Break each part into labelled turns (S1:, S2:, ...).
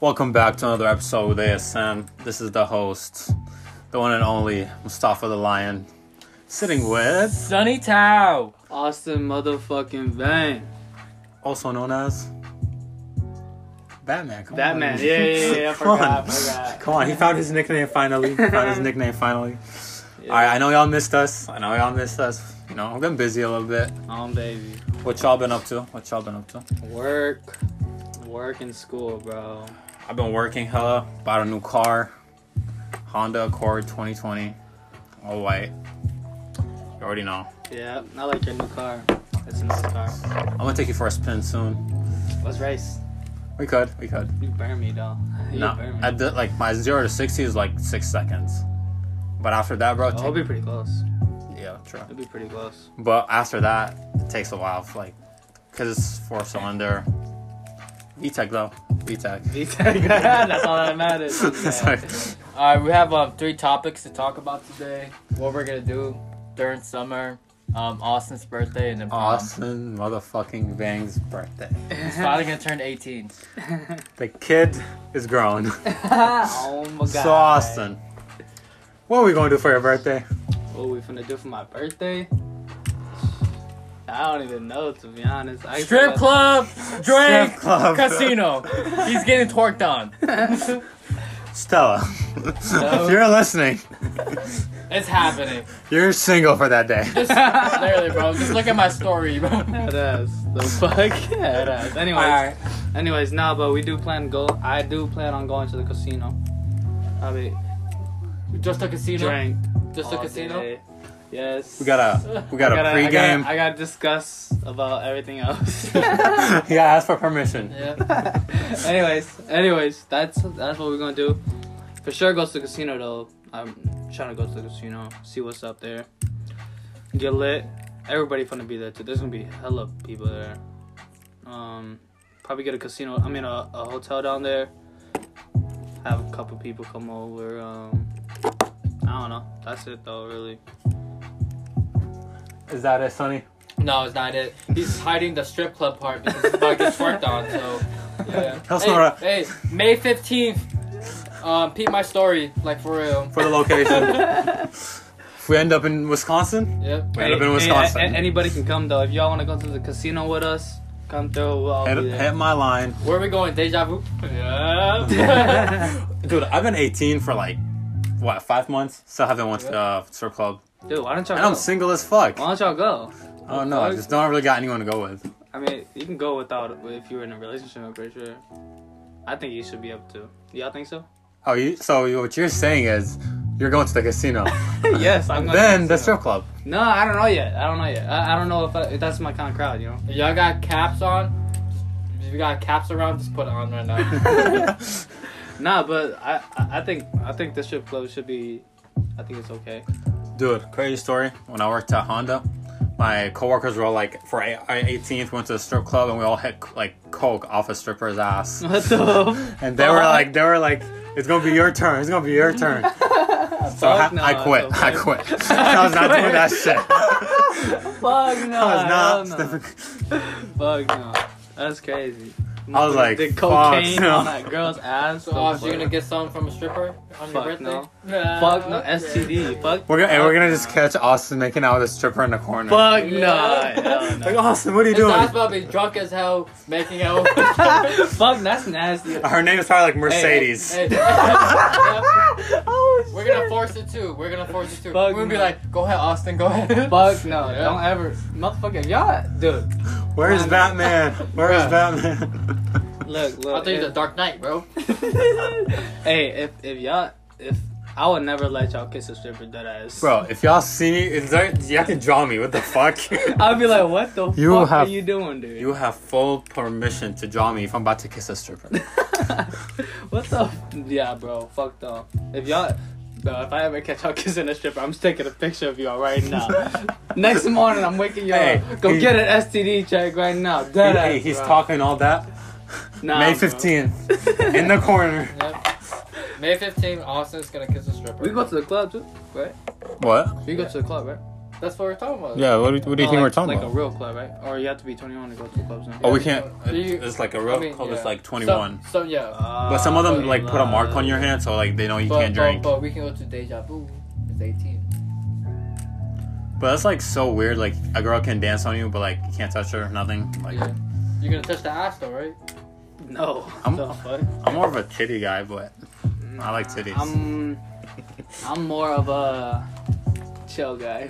S1: Welcome back to another episode with ASM. This is the host, the one and only Mustafa the Lion, sitting with,
S2: Sunny Tao.
S3: Austin motherfucking Bang.
S1: also known as Batman. Come on.
S3: Batman. Yeah, yeah, yeah. I
S1: Come on.
S3: forgot. I forgot.
S1: Come on, he found his nickname finally. He found his nickname finally. All right, I know y'all missed us. I know y'all missed us. You know, I've been busy a little bit.
S3: Um, baby.
S1: What y'all been up to? What y'all been up to?
S3: Work. Work and school, bro.
S1: I've been working hella. Bought a new car, Honda Accord 2020, all white. You already know.
S3: Yeah, I like your new car. It's a nice car.
S1: I'm gonna take you for a spin soon.
S3: Let's race.
S1: We could, we could.
S3: You burn me, though. You
S1: No,
S3: burn me.
S1: at the, like my zero to sixty is like six seconds, but after that, bro,
S3: Oh, it'll
S1: take,
S3: be pretty close.
S1: yeah, true.
S3: It'll be pretty close.
S1: But after that, it takes a while, for, like, cause it's four cylinder. VTEC though, VTEC.
S3: VTEC. That's all that matters.
S1: Sorry.
S2: All right, we have um, three topics to talk about today. What we're gonna do during summer, um, Austin's birthday, and then prom.
S1: Austin motherfucking Vang's birthday.
S2: He's finally gonna turn 18.
S1: The kid is grown.
S3: oh my god.
S1: so Austin, what are we gonna do for your birthday?
S3: What we finna do for my birthday? I don't even know to be honest. I
S2: Strip club, drink,
S1: Strip club.
S2: casino. He's getting twerked on.
S1: Stella, if you're listening,
S2: It's happening.
S1: you're single for that day.
S2: Just literally, bro. Just look at my story, bro. All
S3: Badass. The fuck? Yeah, badass. Anyways,
S2: right.
S3: anyways, nah, but we do plan to go. I do plan on going to the casino. I'll be
S2: Just a casino.
S3: drink.
S2: Just a
S3: all
S2: casino.
S3: day. Yes.
S1: We got a we got
S3: I
S1: a
S3: gotta- I gotta-
S1: pregame.
S3: I gotta discuss about everything else.
S1: yeah, ask for permission.
S2: Yeah.
S3: anyways, anyways, that's that's what we're gonna do. For sure, go to the casino though. I'm trying to go to the casino, see what's up there, get lit. Everybody gonna be there too. There's gonna be hella people there. Um, probably get a casino. I mean, a, a hotel down there. Have a couple people come over. Um, I don't know. That's it though, really.
S1: Is that it, Sonny?
S2: No, it's not it. He's hiding the strip club part because he's about to get twerked on. So. Yeah.
S1: That's
S2: hey,
S1: not a-
S2: hey, May 15th. Um, peep my story, like for real.
S1: For the location. if we end up in Wisconsin,
S2: Yep.
S1: we end up in Wisconsin.
S3: a- anybody can come though. If y'all wanna go to the casino with us, come through. We'll all
S1: Hit,
S3: be there.
S1: hit my line.
S2: Where are we going? Deja vu? Yeah.
S1: Dude, I've been 18 for like, what, five months? Still haven't went to the uh, strip club.
S3: Dude, why don't y'all?
S1: And I'm
S3: go?
S1: single as fuck.
S3: Why don't y'all go?
S1: Oh no, I just don't really got anyone to go with.
S3: I mean, you can go without if you were in a relationship. I'm pretty sure. I think you should be up to. Y'all think so?
S1: Oh, you, so you- what you're saying is you're going to the casino.
S3: yes, I'm. gonna
S1: then
S3: think
S1: the
S3: so.
S1: strip club.
S3: No, I don't know yet. I don't know yet. I, I don't know if, I, if that's my kind of crowd. You know.
S2: If y'all got caps on, if you got caps around, just put it on right now.
S3: Nah, but I, I I think I think the strip club should be. I think it's okay.
S1: Dude, crazy story. When I worked at Honda, my coworkers were all like, for a- our 18th, went to the strip club and we all hit like coke off a stripper's ass.
S3: What the?
S1: And they were like, they were like, it's gonna be your turn. It's gonna be your turn. So I,
S3: Fuck no,
S1: I quit.
S3: it's okay.
S1: I quit. I was not doing that shit. I
S3: Fuck no.
S1: was
S3: hell
S1: not.
S3: no. Fuck no. That's crazy.
S1: I was like,
S3: the
S1: fuck,
S3: cocaine
S1: no.
S3: on that girl's ass.
S2: So, Oz, you gonna get some from a stripper on your
S3: Fuck
S2: birthday?
S3: no.
S2: Nah.
S3: fuck no STD. Fuck.
S1: We're gonna and we're gonna
S3: fuck
S1: just
S3: no.
S1: catch Austin making out with a stripper in the corner.
S3: Fuck
S2: Yeah.
S3: no. Hell no.
S1: Like Austin, what are you
S2: His
S1: doing?
S2: ass about to be drunk as hell, making out. with-
S3: Fuck, that's nasty.
S1: Her name is probably like
S2: Hey,
S1: Mercedes.
S2: hey, hey. Yeah,
S3: oh,
S2: We're gonna force it too. We're gonna force it too.
S3: Fuck
S2: We're gonna be
S3: no.
S2: like, go ahead, Austin, go ahead.
S3: Fuck no,
S2: Yeah.
S3: don't ever. Motherfucker, if y'all. Dude,
S1: Where is
S3: Honda.
S1: Batman? Where is
S3: Bruh.
S1: Batman?
S3: look, look.
S2: I'll tell you the
S3: if,
S2: Dark Knight, bro.
S3: hey, if, if y'all. If I would never let y'all kiss a stripper dead ass.
S1: Bro, if y'all see me, is there, you have to draw me. What the fuck?
S3: I'd be like, what the
S1: You
S3: fuck
S1: have-
S3: are you doing, dude?
S1: you have full permission to draw me if I'm about to kiss a stripper.
S3: What the? Yeah, bro. Fuck though. If y'all. Bro, if I ever catch y'all kissing a stripper, I'm just taking a picture of y'all right now. Next morning, I'm waking y'all
S1: Hey,
S3: up. Go
S1: he-
S3: get an STD check right now. Dead
S1: hey,
S3: ass,
S1: he's
S3: bro.
S1: talking all that.
S3: Nah,
S1: May
S3: bro.
S1: 15th, in the corner.
S2: Yep. May 15th, Austin's gonna kiss a stripper.
S3: We go to the club too, right?
S1: What?
S3: We go to the club, right?
S2: That's what we're talking about.
S1: Yeah, what, do- what do you think
S3: like,
S1: we're talking
S3: like
S1: about?
S3: a real club, right? Or you have to be 21 to go to clubs now.
S1: oh, we can't.
S2: Do you-
S1: It's like a
S2: I
S1: real
S2: mean,
S1: club.
S2: yeah.
S1: It's like 21.
S2: Some, some yeah.
S1: but some of them
S2: but-
S1: like put a mark on your hand, so like they know you
S2: but,
S1: can't
S2: but-
S1: drink.
S2: But, we can go to Deja Vu. It's 18.
S1: But that's like so weird. Like a girl can dance on you, but like you can't touch her, nothing. Like
S2: yeah. You're gonna touch the ass though, right?
S3: No.
S1: I'm-
S3: the fuck?
S1: I'm more of a titty guy, but I like titties.
S3: I'm, I'm more of a chill guy.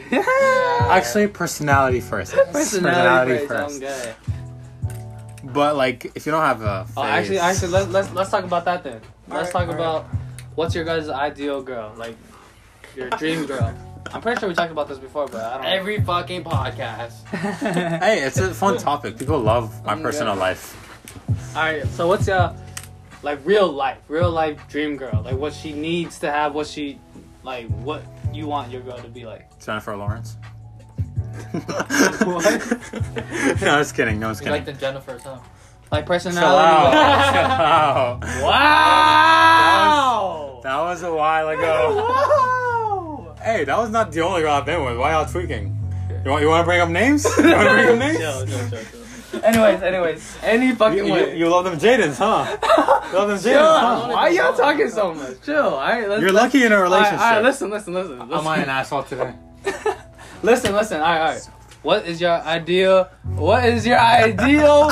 S1: Actually, personality first.
S3: Personality, first. I'm gay.
S1: But like, if you don't have a face,
S3: Oh, actually, actually, let, let's let's talk about that then. Let's
S2: Alright,
S3: talk
S2: alright.
S3: about what's your guys' ideal girl, like your dream girl. I'm pretty sure we talked about this before, but I don't.
S2: Every fucking podcast.
S1: hey, it's a fun topic. People love my
S2: Mm,
S1: personal
S2: yeah.
S1: life.
S3: All right, so what's your like real life, real life dream girl? Like what she needs to have, what she like, what you want your girl to be like?
S1: Jennifer Lawrence.
S3: What?
S1: No, I was kidding. No, I was
S2: You
S1: kidding.
S2: like the Jennifer, huh?
S3: Like
S1: Chill out.
S3: personality.
S1: Chill out.
S3: Wow.
S1: That was a while ago.
S3: Wow.
S1: hey, that was not the only girl I've been with. Why y'all tweaking? You want you want to bring up names? You want to bring up names?
S2: Chill, chill, chill, chill.
S3: Anyways, anyways, any
S1: You,
S3: fucking
S1: you,
S3: way.
S1: you love them Jadens, huh? You love them
S3: Chill.
S1: Jadens, huh?
S2: Chill.
S3: Why y'all talking so much? Chill. All right, let's.
S1: You're lucky in a
S3: all right,
S1: relationship.
S3: all right, listen, listen, listen. listen.
S1: asshole today?
S3: Listen, listen. All right, all right. What is your ideal? What is your ideal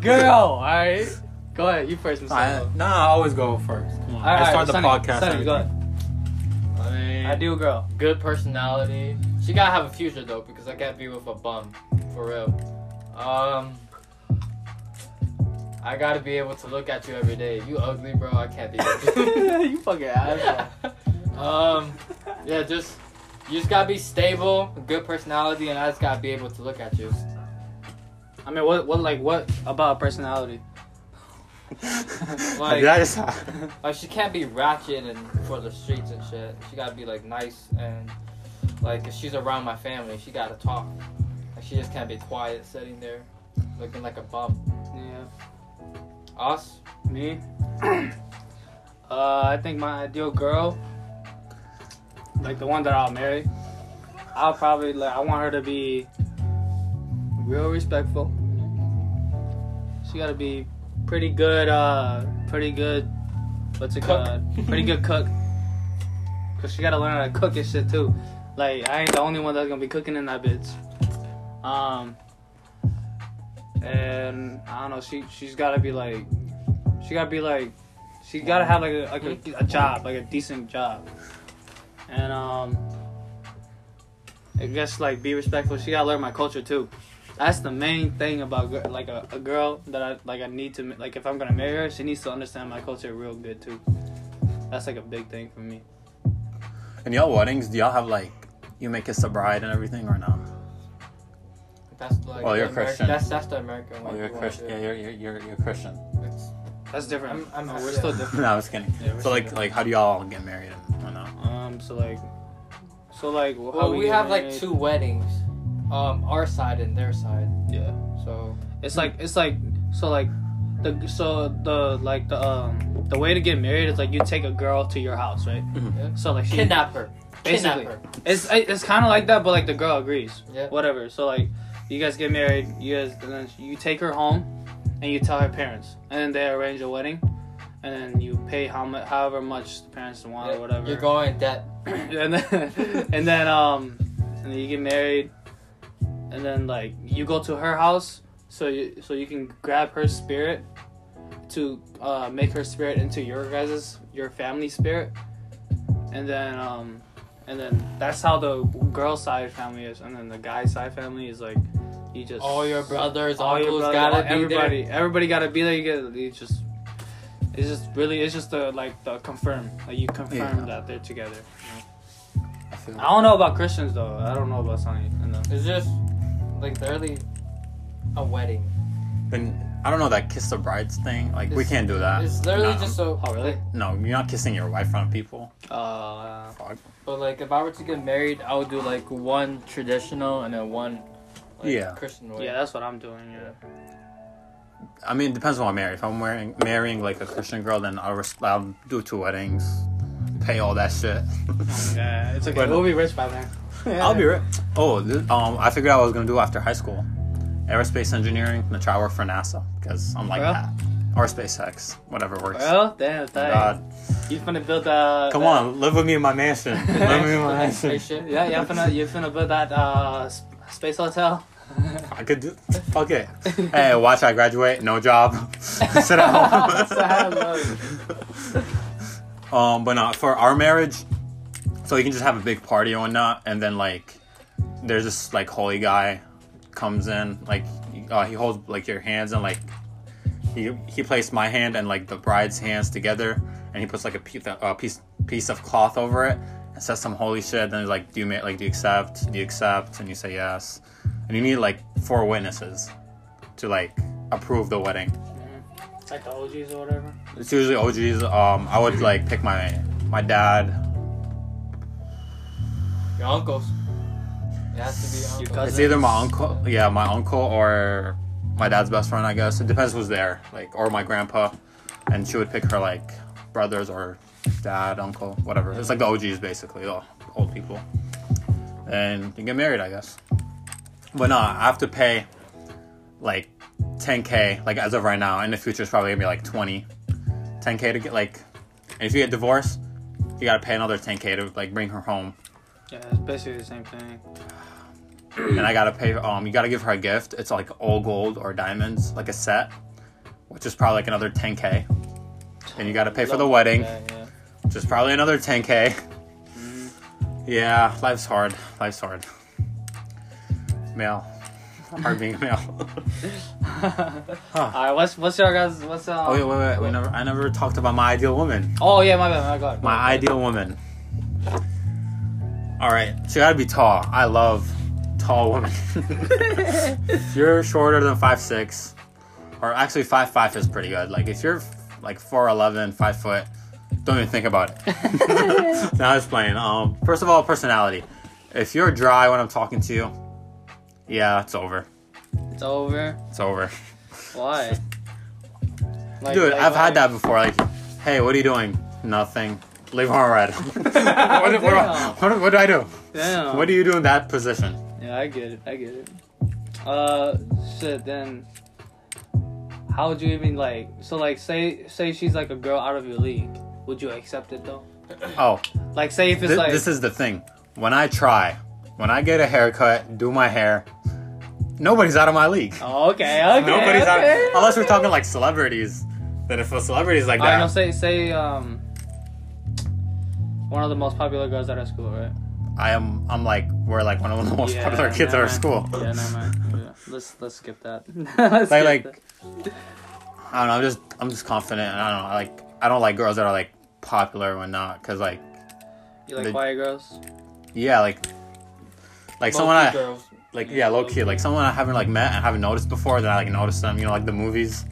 S3: girl? All right. Go ahead. You first. Mr. Lowe.
S1: nah, I always go first. Come on.
S3: All right,
S1: I start the
S3: Sonny,
S1: podcast.
S3: Sonny,
S1: and
S3: go
S1: everything.
S3: ahead.
S2: I mean,
S3: Ideal girl.
S2: good personality. She gotta have a future though, because I can't be with a bum, for real. Um, I gotta be able to look at you every day. You ugly, bro. I can't be with you.
S3: you fucking asshole.
S2: um, yeah, just you just gotta be stable, good personality, and I just gotta be able to look at you.
S3: I mean, what, what, like, what about personality?
S2: Like-
S1: Did I just-
S2: Like she can't be ratchet and for the streets and shit. She gotta be like nice and like if she's around my family, she gotta talk. Like she just can't be quiet sitting there looking like a bum.
S3: Yeah.
S2: Us?
S3: Me? uh, I think my ideal girl, like the one that I'll marry, I'll probably like I want her to be real respectful. She gotta be pretty good, uh, pretty good. What's it
S2: Cook.
S3: called? Pretty good cook. Cause she gotta learn how to cook and shit too. Like I ain't the only one that's gonna be cooking in that bitch. Um, and I don't know. She she's gotta be like, she gotta be like, she gotta have like a like a, a job, like a decent job. And um, I guess like be respectful. She gotta learn my culture too. That's the main thing about gir- like a, a girl that I like. I need to ma- like if I'm gonna marry her, she needs to understand my culture real good too. That's like a big thing for me.
S1: In y'all weddings, do y'all have like you make kiss the bride and everything or not?
S2: That's like
S1: Well, Oh, you're
S2: the Ameri-
S1: Christian.
S2: That's that's the American way.
S1: Well, you're
S2: you wanna
S1: Christian.
S2: do
S1: Yeah,
S2: it.
S1: you're, you're, you're, you're Christian.
S2: It's-
S3: That's different.
S2: I'm- I'm-
S3: No, we're
S2: yeah.
S3: still different.
S1: no, I was kidding.
S2: Yeah, we're
S1: so like
S2: still-
S1: like how do y'all get married and whatnot?
S3: Um. So like, so like. how
S2: Well, we
S3: get
S2: have like
S3: married-
S2: two weddings, um, our side and their side.
S3: Yeah.
S2: So
S3: It's like it's like so like the so the like the um the way to get married is like you take a girl to your house, right?
S2: Yeah.
S3: So like she
S2: kidnapper,
S3: Basically.
S2: kidnapper.
S3: It's it's kind of like that, but like the girl agrees.
S2: Yeah.
S3: Whatever. So like, you guys get married. You guys and then you take her home, and you tell her parents, and then they arrange a wedding, and then you pay how much, however much the parents want
S2: Yeah,
S3: or whatever.
S2: You're going in debt.
S3: and then and then um and then you get married and then like you go to her house so you so you can grab her spirit to uh make her spirit into your guys's your family spirit and then um and then that's how the girl side family is and then the guy side family is like you just
S2: All your brothers,
S3: all your
S2: uncles
S3: brother-
S2: gotta be there.
S3: everybody everybody gotta be there you get you just it's just really it's just the like the confirm like you confirm
S1: Yeah.
S3: that they're together
S1: I feel
S3: I don't know about Christians though. I don't know about Sonny. And them.
S2: It's just like literally a wedding.
S1: then I don't know that kiss the brides thing. Like we
S2: It's-
S1: can't do that.
S2: It's literally
S1: Uh, Nah.
S2: just so.
S3: Oh, really?
S1: No, you're not kissing your wife in front of people.
S3: Uh,
S1: Fuck.
S2: But like, if I were to get married, I would do like one traditional and then one like,
S1: Yeah.
S2: Christian way.
S3: yeah, that's what I'm doing. Yeah.
S1: I mean, it depends on what I marry. If I'm wearing marrying like a Christian girl, then I'll, res- I'll do two weddings, pay all that shit.
S3: Yeah, it's okay.
S1: But-
S3: we'll be rich by then.
S1: I'll be rich. Oh, th- um, I figured out what I was gonna do after high school. Aerospace engineering. I'm gonna try to work for NASA because I'm like
S3: Well.
S1: that. Or SpaceX, whatever works.
S3: Well, damn, tight.
S1: God,
S3: You finna build a.
S1: come on, live with me in my mansion. live with me in my mansion.
S2: Spaceship.
S3: Yeah, you finna you finna build that uh s- space hotel.
S1: I could do. Fuck it. Hey, watch I graduate, no job, sit at
S3: Sad,
S1: home.
S3: look.
S1: um, but not for our marriage. So you can just have a big party or whatnot, and then like, there's this like holy guy comes in, like uh, he holds like your hands and like he he placed my hand and like the bride's hands together, and he puts like a piece a piece piece of cloth over it and says some holy shit. Then he's like, do you ma- like do you accept? Do you accept? And you say yes, and you need like four witnesses to like approve the wedding.
S3: Psychologies or whatever.
S1: It's usually OGs. Um, I would like pick my my dad.
S2: Your uncles. It has to be
S3: Your cousin.
S2: your uncles.
S1: It's either my uncle, yeah, my uncle or my dad's best friend. I guess it depends who's there, like or my grandpa, and she would pick her like brothers or dad, uncle, whatever. It's like the OGs basically, the old people, and you get married, I guess. But no, I have to pay like 10k, like as of right now. In the future, it's probably gonna be like 20, 10k to get like. And if you get divorced, you gotta pay another 10k to like bring her home
S3: Yeah, it's basically the same thing.
S1: and I gotta pay. Um, you gotta give her a gift. It's like all gold or diamonds, like a set, which is probably like another 10k. And you gotta pay for the wedding,
S2: Yeah, yeah.
S1: which is probably another 10k.
S3: Mm.
S1: Yeah, life's hard. Life's hard. Male, hard being a male.
S3: All right, what's what's your guys? What's uh?
S1: oh wait, wait, wait. We never. I never talked about my ideal woman.
S3: Oh yeah, my bad, my god.
S1: My ideal woman. All right, she gotta be tall. I love tall women. if you're shorter than five six, or actually five five is pretty good. Like if you're like 4'11", 5 foot, don't even think about it. now it's playing. Um, first of all, personality. If you're dry when I'm talking to you, yeah, it's over.
S3: It's over.
S1: It's over.
S3: Why? Like,
S1: Dude,
S3: like,
S1: I've
S3: why?
S1: had that before. Like, hey, what are you doing? Nothing. Leave her red. what, what,
S3: Damn.
S1: what, what do I do?
S3: Damn.
S1: What do you do in that position?
S3: Yeah, I get it. I get it. Uh, shit. Then, how would you even like? So like, say say she's like a girl out of your league. Would you accept it though?
S1: Oh,
S3: Like, say if it's
S1: thi-
S3: like
S1: this is the thing. When I try, when I get a haircut, do my hair, nobody's out of my league.
S3: Oh, okay, okay.
S1: nobody's out.
S3: okay.
S1: Unless we're talking like celebrities. Then if a celebrity's like
S3: All right, no,
S1: that,
S3: say say um, one of the most popular girls at our school, right?
S1: I am. I'm like we're like one of the most
S3: Yeah,
S1: popular kids at our
S3: nevermind.
S1: school.
S3: Yeah, never mind. Yeah. Let's let's skip that. Let's
S1: Like
S3: skip
S1: like,
S3: that.
S1: I don't know. I'm just I'm just confident. And I don't know. I like I don't like girls that are like popular when not because like
S3: you like
S1: the-
S3: quiet girls.
S1: yeah like like someone
S2: Mostly
S1: I.
S2: girls.
S1: like yeah, low key, like someone I haven't like met and haven't noticed before. Then I like noticed them, you know, like the movies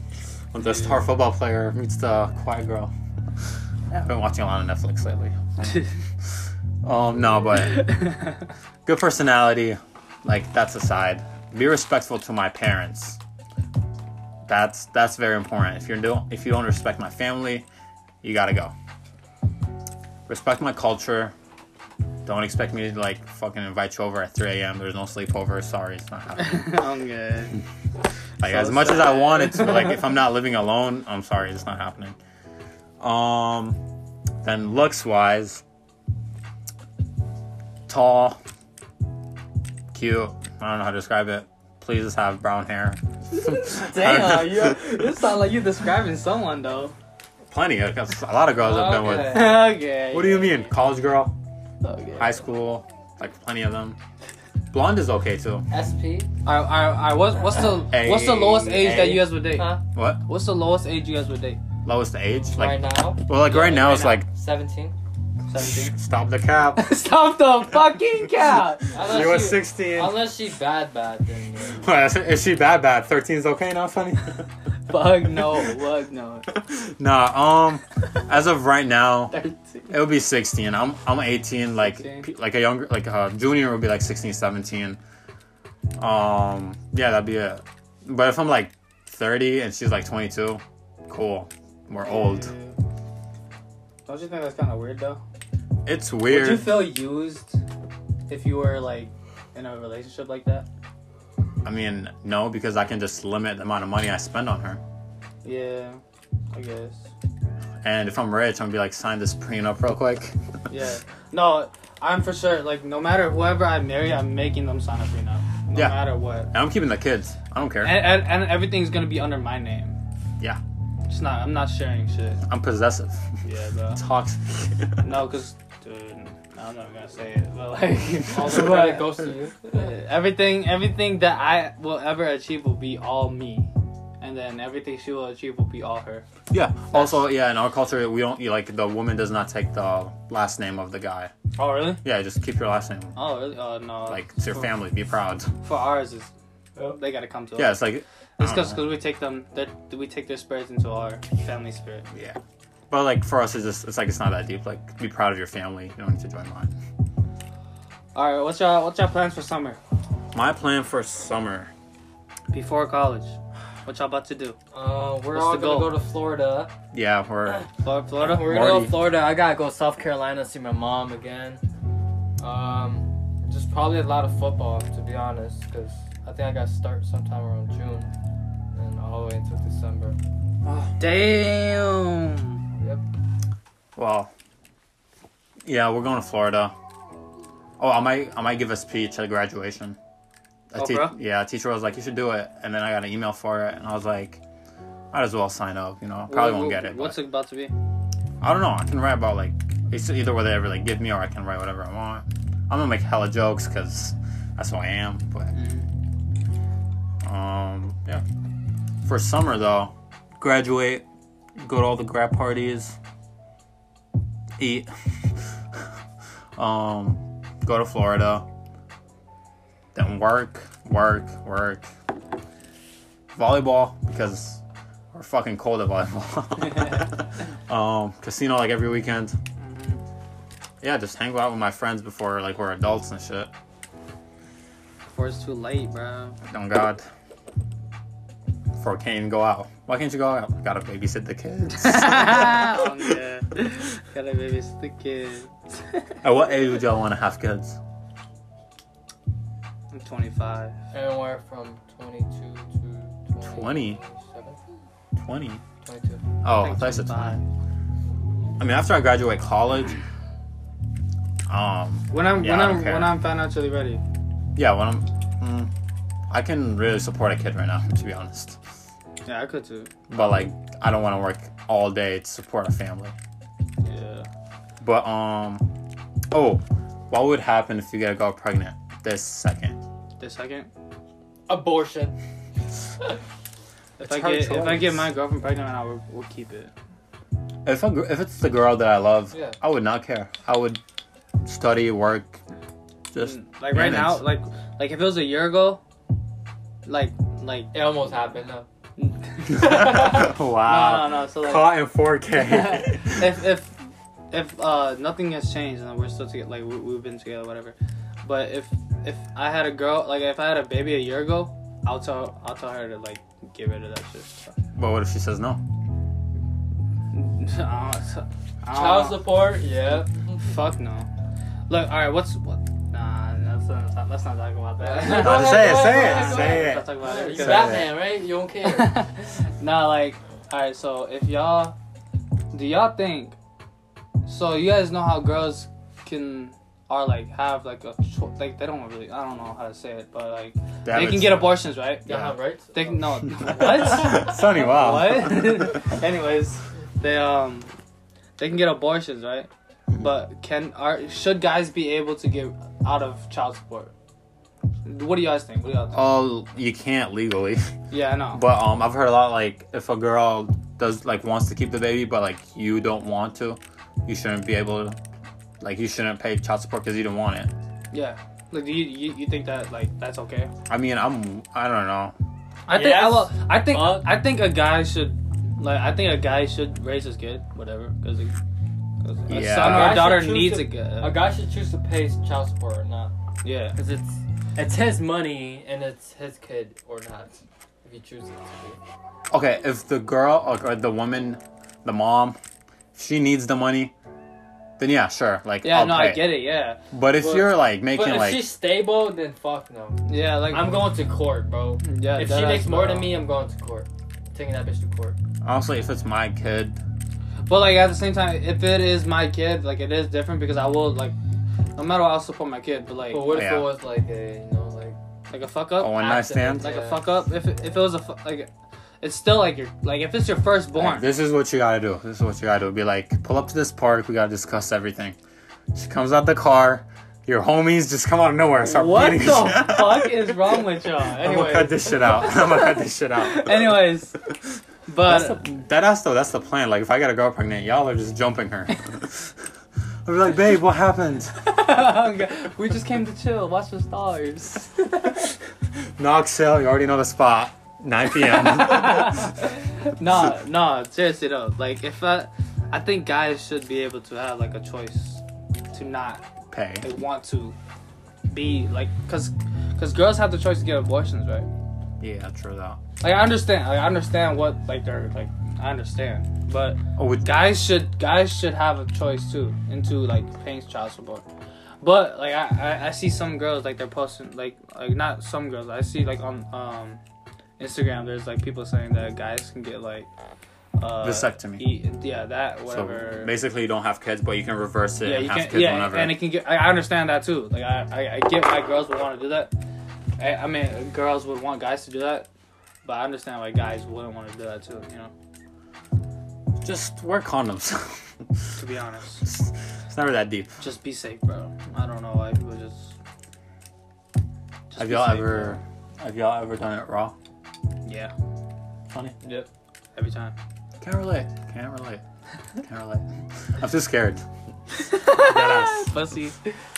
S1: when the star football player meets the quiet girl. Yeah, I've been watching a lot of Netflix lately. Um, no, but good personality, like that's aside. Be respectful to my parents. That's that's very important. If you're don't if you don't respect my family, you gotta go. Respect my culture. Don't expect me to like fucking invite you over at 3 a.m. There's no sleepover. Sorry, it's not happening.
S3: I'm good.
S1: Like
S3: So
S1: as much as I
S3: sad.
S1: wanted to, like if I'm not living alone, I'm sorry, it's not happening. Um, then looks wise, tall, cute. I don't know how to describe it. Please just have brown hair.
S3: Damn, you this sounds like you describing someone though.
S1: Plenty. Of, 'cause a lot of girls I've been with.
S2: Okay.
S3: okay.
S1: What do you mean, college girl,
S3: Okay.
S1: high school? Like plenty of them. Blonde is okay too.
S2: SP.
S3: I, I, I, what's, what's the what's the lowest age that you guys would date?
S2: Huh?
S1: What?
S3: What's the lowest age you guys would date?
S1: Lowest age? Like,
S2: right now.
S1: well, like right
S2: Yeah,
S1: now
S2: right
S1: it's
S2: now.
S1: like
S2: 17.
S3: Seventeen.
S1: stop the cap.
S3: Stop the fucking cap.
S2: Unless
S1: You were
S2: she-
S1: 16.
S2: Unless she bad bad then. yeah.
S1: Well, Is is she that bad? 13's okay now, funny?
S3: Fuck no. Fuck no.
S1: nah, um, as of right now,
S3: Thirteen.
S1: it would be 16. I'm I'm 18, like
S3: 16.
S1: pe- like a younger, like a junior would be like 16, 17. Um, yeah, that'd be it. But if I'm like 30 and she's like 22, cool. We're old.
S3: Don't you think that's kind of weird though?
S1: It's
S3: Would you
S1: weird.
S3: feel used if you were like in a relationship like that?
S1: I mean, no, because I can just limit the amount of money I spend on her.
S3: Yeah, I guess.
S1: And if I'm rich, I'm gonna be like, sign this prenup real quick.
S3: Yeah. No, I'm for sure. Like, no matter whoever I marry, I'm making them sign a prenup. No
S1: Yeah.
S3: matter what.
S1: And I'm keeping the kids. I don't care.
S3: And, and, and everything's gonna be under my name.
S1: Yeah.
S3: It's not. I'm not sharing shit.
S1: I'm possessive.
S3: Yeah, bro.
S1: Toxic.
S3: No, cause dude, no, I'm not gonna say it. But like,
S2: All
S3: but-
S2: the
S3: uh,
S2: credit goes to you.
S3: everything everything that I will ever achieve will be all me. And then everything she will achieve will be all her.
S1: yeah. Also, yeah, in our culture, we don't, you, like, the woman does not take the last name of the guy.
S3: Oh really?
S1: Yeah, just keep your last name.
S3: Oh really? Oh no.
S1: Like, it's your family. Be proud.
S3: For ours is
S2: Oh.
S3: they gotta come to
S1: Yeah,
S3: us.
S1: it's like. I
S3: It's
S1: don't
S3: because
S1: know.
S3: we take them that we take their spirits into our family spirit.
S1: Yeah. But, like, for us, it's just, it's like, it's not that deep. Like, be proud of your family. You don't need to join mine.
S3: Alright, what's your what's your plans for summer?
S1: My plan for summer.
S3: Before college. What y'all about to do?
S2: Uh, we're
S3: What's
S2: all
S3: the goal?
S2: gonna go to Florida.
S1: Yeah, we're.
S3: Florida Florida?
S2: We're gonna go
S1: Marty.
S2: to Florida. I gotta go to South Carolina see my mom again. Um, just probably a lot of football to be honest, because I think I gotta start sometime around June and all the way until December.
S3: Damn.
S2: Yep.
S1: Well, yeah, we're going to Florida. Oh, I might, I might give a speech at graduation. A
S3: Oh, bro?
S1: yeah, a teacher was like, "You should do it," and then I got an email for it, and I was like, "Might as well sign up." You know, probably won't get it. What's
S3: What's it about to be?
S1: I don't know. I can write about like it's either whatever they give me, or I can write whatever I want. I'm gonna make hella jokes because that's who I am. But um, yeah. For summer though, graduate, go to all the grad parties, eat, um, go to Florida, then work, work, work. Volleyball because we're fucking cold at volleyball. um, casino like every weekend. Yeah, just hang out with my friends before like we're adults and shit.
S3: Before it's too late, bro.
S1: Oh God. Before I can't even go out. Why can't you go out? Gotta babysit the kids.
S3: oh, yeah. Gotta babysit the kids.
S1: At what age would y'all want to have kids?
S3: I'm 25.
S2: Anywhere from 22 to
S1: 20?
S2: 27,
S1: 20.
S2: 22.
S1: Oh, I
S3: Like
S1: thought you said
S3: 25.
S1: 20. I mean, after I graduate college, um,
S3: When I'm
S1: Yeah, I
S3: when
S1: don't
S3: I'm
S1: care.
S3: when I'm financially ready.
S1: yeah, when I'm, mm, I can really support a kid right now, to be honest.
S3: Yeah, I could too.
S1: But like, I don't want to work all day to support a family.
S3: Yeah.
S1: But um, oh, what would happen if you get a girl pregnant this second?
S3: The second,
S2: Abortion.
S3: if
S1: It's
S3: I
S1: her
S3: get if I
S1: choice.
S3: get my girlfriend pregnant, I will we'll keep it.
S1: If a, gr- if it's the girl that I love,
S2: Yeah.
S1: I would not care. I would study, work, just
S3: Mm, like right now,
S1: manage.
S3: like like if it was a year ago, like like
S2: It almost happened though.
S3: Mm. no
S1: wow.
S3: no no. So like
S1: Caught in 4K.
S3: if if if uh nothing has changed and we're still together, like we, we've been together, whatever. But if if I had a girl, like if I had a baby a year ago, I'll tell I'll tell her to like get rid of that shit.
S1: but what if she says no?
S3: I don't- I don't-
S2: Child support. Yeah.
S3: Fuck no. Look, all right. What's what? Nah, let's not, let's not talk about that.
S1: No, just say it, say it,
S3: Nah,
S1: say it.
S3: Let's not talk about
S2: You
S3: it.
S2: Batman, right? You don't care.
S3: Because... nah, like, all right. So if y'all, do y'all think? So you guys know how girls can are like have like a cho- like they don't really I don't know how to say it, but like
S1: Damn
S3: they
S1: it,
S3: can get
S1: Sonny.
S3: abortions, right?
S2: Y'all have rights.
S3: They can, no what?
S1: Sonny, wow.
S3: What? Anyways, they um they can get abortions, right?
S1: Mm-hmm.
S3: But can are should guys be able to get out of child support? What do you guys think? What do y'all think?
S1: Oh, you can't legally.
S3: yeah, I know.
S1: Uh, But um, I've heard a lot like if a girl does like wants to keep the baby, but like you don't want to, you shouldn't be able to. Like you shouldn't pay child support because you don't want it.
S3: yeah. Like do you, you you think that like that's okay?
S1: I mean, I'm I don't know.
S3: I think I,
S2: Yes.
S3: will, I think
S2: Fuck.
S3: I think a guy should like I think a guy should raise his kid, whatever, because a
S1: Yeah.
S3: son
S1: A
S3: or
S1: guy
S3: a
S2: should
S3: daughter
S2: choose
S3: needs
S2: to-
S3: a kid.
S2: A guy should choose to pay child support or not.
S3: yeah.
S2: Because it's it's his money and it's his kid or not, if you choose it to be.
S1: Okay, if the girl or, or the woman, the mom, she needs the money, then yeah, sure. Like
S3: Yeah,
S1: I'll
S3: no,
S1: pay.
S3: I get it. Yeah,
S1: But if
S2: But-
S1: you're like
S2: But
S1: making
S2: if
S1: like
S2: she's stable, then fuck no.
S3: yeah. Like mm,
S2: I'm going to court, bro.
S3: Yeah,
S2: if
S3: dead
S2: she
S3: ass,
S2: makes more
S3: bro.
S2: than me, I'm going to court. Taking that bitch to court.
S1: honestly, if it's my kid,
S3: But like at the same time, if it is my kid, like it is different because I will like, no matter what, I'll support my kid. But like,
S2: But what if
S1: Yeah.
S2: it was like a, you know, like
S3: like a fuck
S1: a
S3: up,
S1: one night
S2: accident,
S1: stand,
S3: like
S2: yeah.
S3: a fuck up. If it, if it was a fu- like, it's still like your like if it's your
S1: like,
S3: firstborn.
S1: this is what you gotta do. This is what you gotta do. Be like, pull up to this park. We gotta discuss everything. She comes out the car. Your homies just come out of nowhere and start
S3: What
S1: beating
S3: the
S1: us.
S3: fuck is wrong with y'all?
S1: I'm gonna cut this shit out. I'm gonna cut this shit out.
S3: Anyways,
S1: That's
S3: but
S1: the, that ass though. That's the plan. Like if I got a girl pregnant, y'all are just jumping her. I'll be like, babe, what happened?
S3: we just came to chill, watch the stars.
S1: Knoxville, you already know the spot. 9 p.m.
S3: nah, nah, seriously though. Like if I, I think guys should be able to have like a choice to not
S1: Pay.
S3: they want to be like because because girls have the choice to get abortions right
S1: Yeah, true though.
S3: like i understand like, i understand what like they're like i understand but
S1: Oh, with
S3: guys should guys should have a choice too into like paying child support but like i i, I see some girls like they're posting like like not some girls i see like on um instagram there's like people saying that guys can get like uh
S1: Vasectomy.
S3: e- yeah that whatever
S1: So basically, you don't have kids, but you can reverse it
S3: yeah,
S1: and
S3: you
S1: have
S3: can.
S1: kids
S3: Yeah,
S1: whenever.
S3: and it can get. I I understand that too. Like I, I, I get why girls would want to do that. I, I mean, girls would want guys to do that, but I understand why guys wouldn't want to do that too. You know,
S1: Just wear condoms.
S3: to be honest,
S1: it's never that deep.
S3: just be safe, bro. I don't know why people just. just
S1: have
S3: be
S1: y'all
S3: safe,
S1: ever, have y'all ever done it raw?
S3: bro. Yeah.
S1: Funny.
S3: Yep. Every time.
S1: Can't relate. Can't relate. Can't relate. I'm too scared. ass.
S3: Pussy.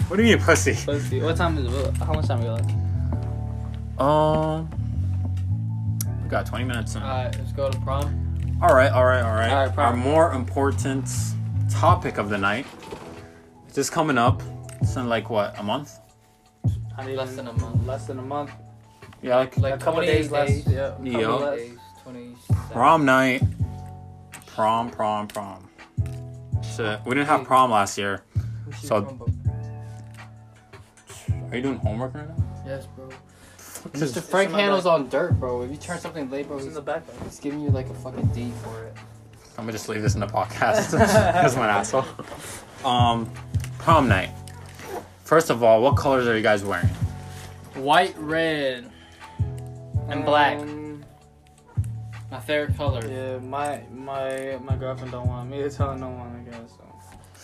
S1: What do you mean, pussy?
S3: Pussy. What time is it? How much time we got?
S1: Um, we got 20 minutes. In.
S2: Alright, let's go to prom.
S1: All right, all right, Uh, all right.
S3: All right,
S1: Our
S3: problem.
S1: more important topic of the night. It's just coming up. It's in like what a month?
S3: I need
S2: Less than a month.
S3: Less than a month.
S1: Yeah, like
S2: Like
S3: a couple of
S2: 28
S3: days less.
S2: days.
S3: Yeah. couple
S1: Yeah.
S3: less.
S2: Days, 20
S1: prom night. Prom, prom, prom. Shit, we didn't have prom last year. So- Are you doing homework right now?
S2: Yes, bro.
S1: Just
S2: Mr. Frank
S3: in my
S2: handles
S3: bag.
S2: on dirt, bro. If you turn something late, bro,
S3: It's in
S2: he's,
S3: the back.
S2: he's giving you like a fucking D for it.
S1: I'm gonna just leave this in the podcast. That's my asshole. Um, prom night. First of all, what colors are you guys wearing?
S2: White, red,
S3: Um,
S2: and black. My favorite color.
S3: Yeah, my my my girlfriend don't want me to tell no one. I guess.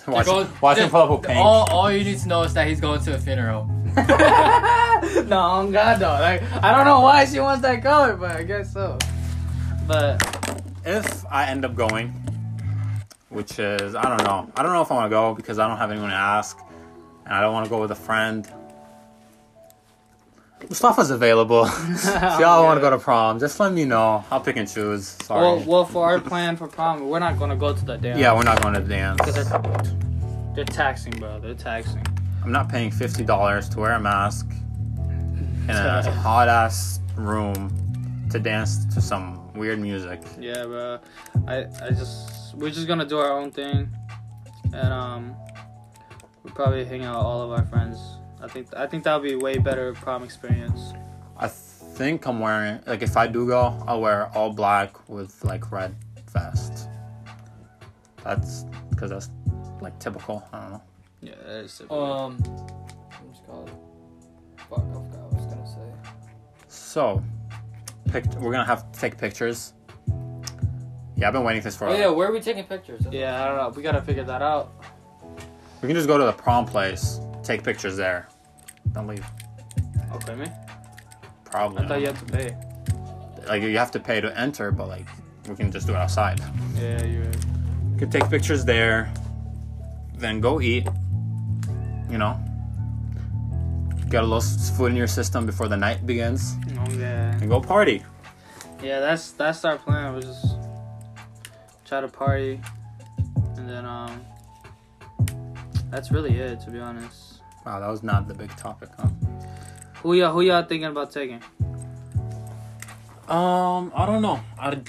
S3: So.
S1: Watch,
S2: They're going-
S1: watch him
S2: they're-
S1: pull up with pink.
S2: All, all you need to know is that he's going to a funeral.
S3: no, on God though. Like I don't know why she wants that color, but I guess so. But
S1: if I end up going, which is I don't know. I don't know if I want to go because I don't have anyone to ask, and I don't want to go with a friend. Mustafa's available. if y'all want to go to prom, just let me know. I'll pick and choose. Sorry.
S3: well, well, for our plan for prom, we're not gonna go to the dance.
S1: yeah, we're not going to dance.
S3: because they're, they're taxing, bro. They're taxing.
S1: I'm not paying fifty dollars to wear a mask in a hot ass room to dance to some weird music.
S3: Yeah, bro. I I just we're just gonna do our own thing, and um, we'll probably hang out with all of our friends. I think I think that'll be way better prom experience.
S1: I think I'm wearing like if I do go, I'll wear all black with like red vest. That's because that's like typical. I don't know.
S3: Yeah, that is super.
S2: Um, what's it called? Fuck, I forgot what I was gonna say.
S1: So, pic- we're gonna have to take pictures. Yeah, I've been waiting for this for.
S2: Oh
S1: a-
S2: yeah, where are we taking pictures?
S3: yeah, I don't know. We gotta figure that out.
S1: We can just go to the prom place, take pictures there, then leave.
S3: Okay, Oh, me.
S1: Probably.
S3: I thought you had to pay.
S1: like you have to pay to enter, but like we can just do it outside.
S3: Yeah, you're right.
S1: You can take pictures there, then go eat. You know, get a little s- food in your system before the night begins,
S3: Oh, yeah.
S1: and go party.
S3: Yeah, that's that's our plan. We'll just try to party, and then um, that's really it to be honest.
S1: Wow, that was not the big topic, huh?
S3: Who y'all who y'all thinking about taking?
S1: Um, I don't know. I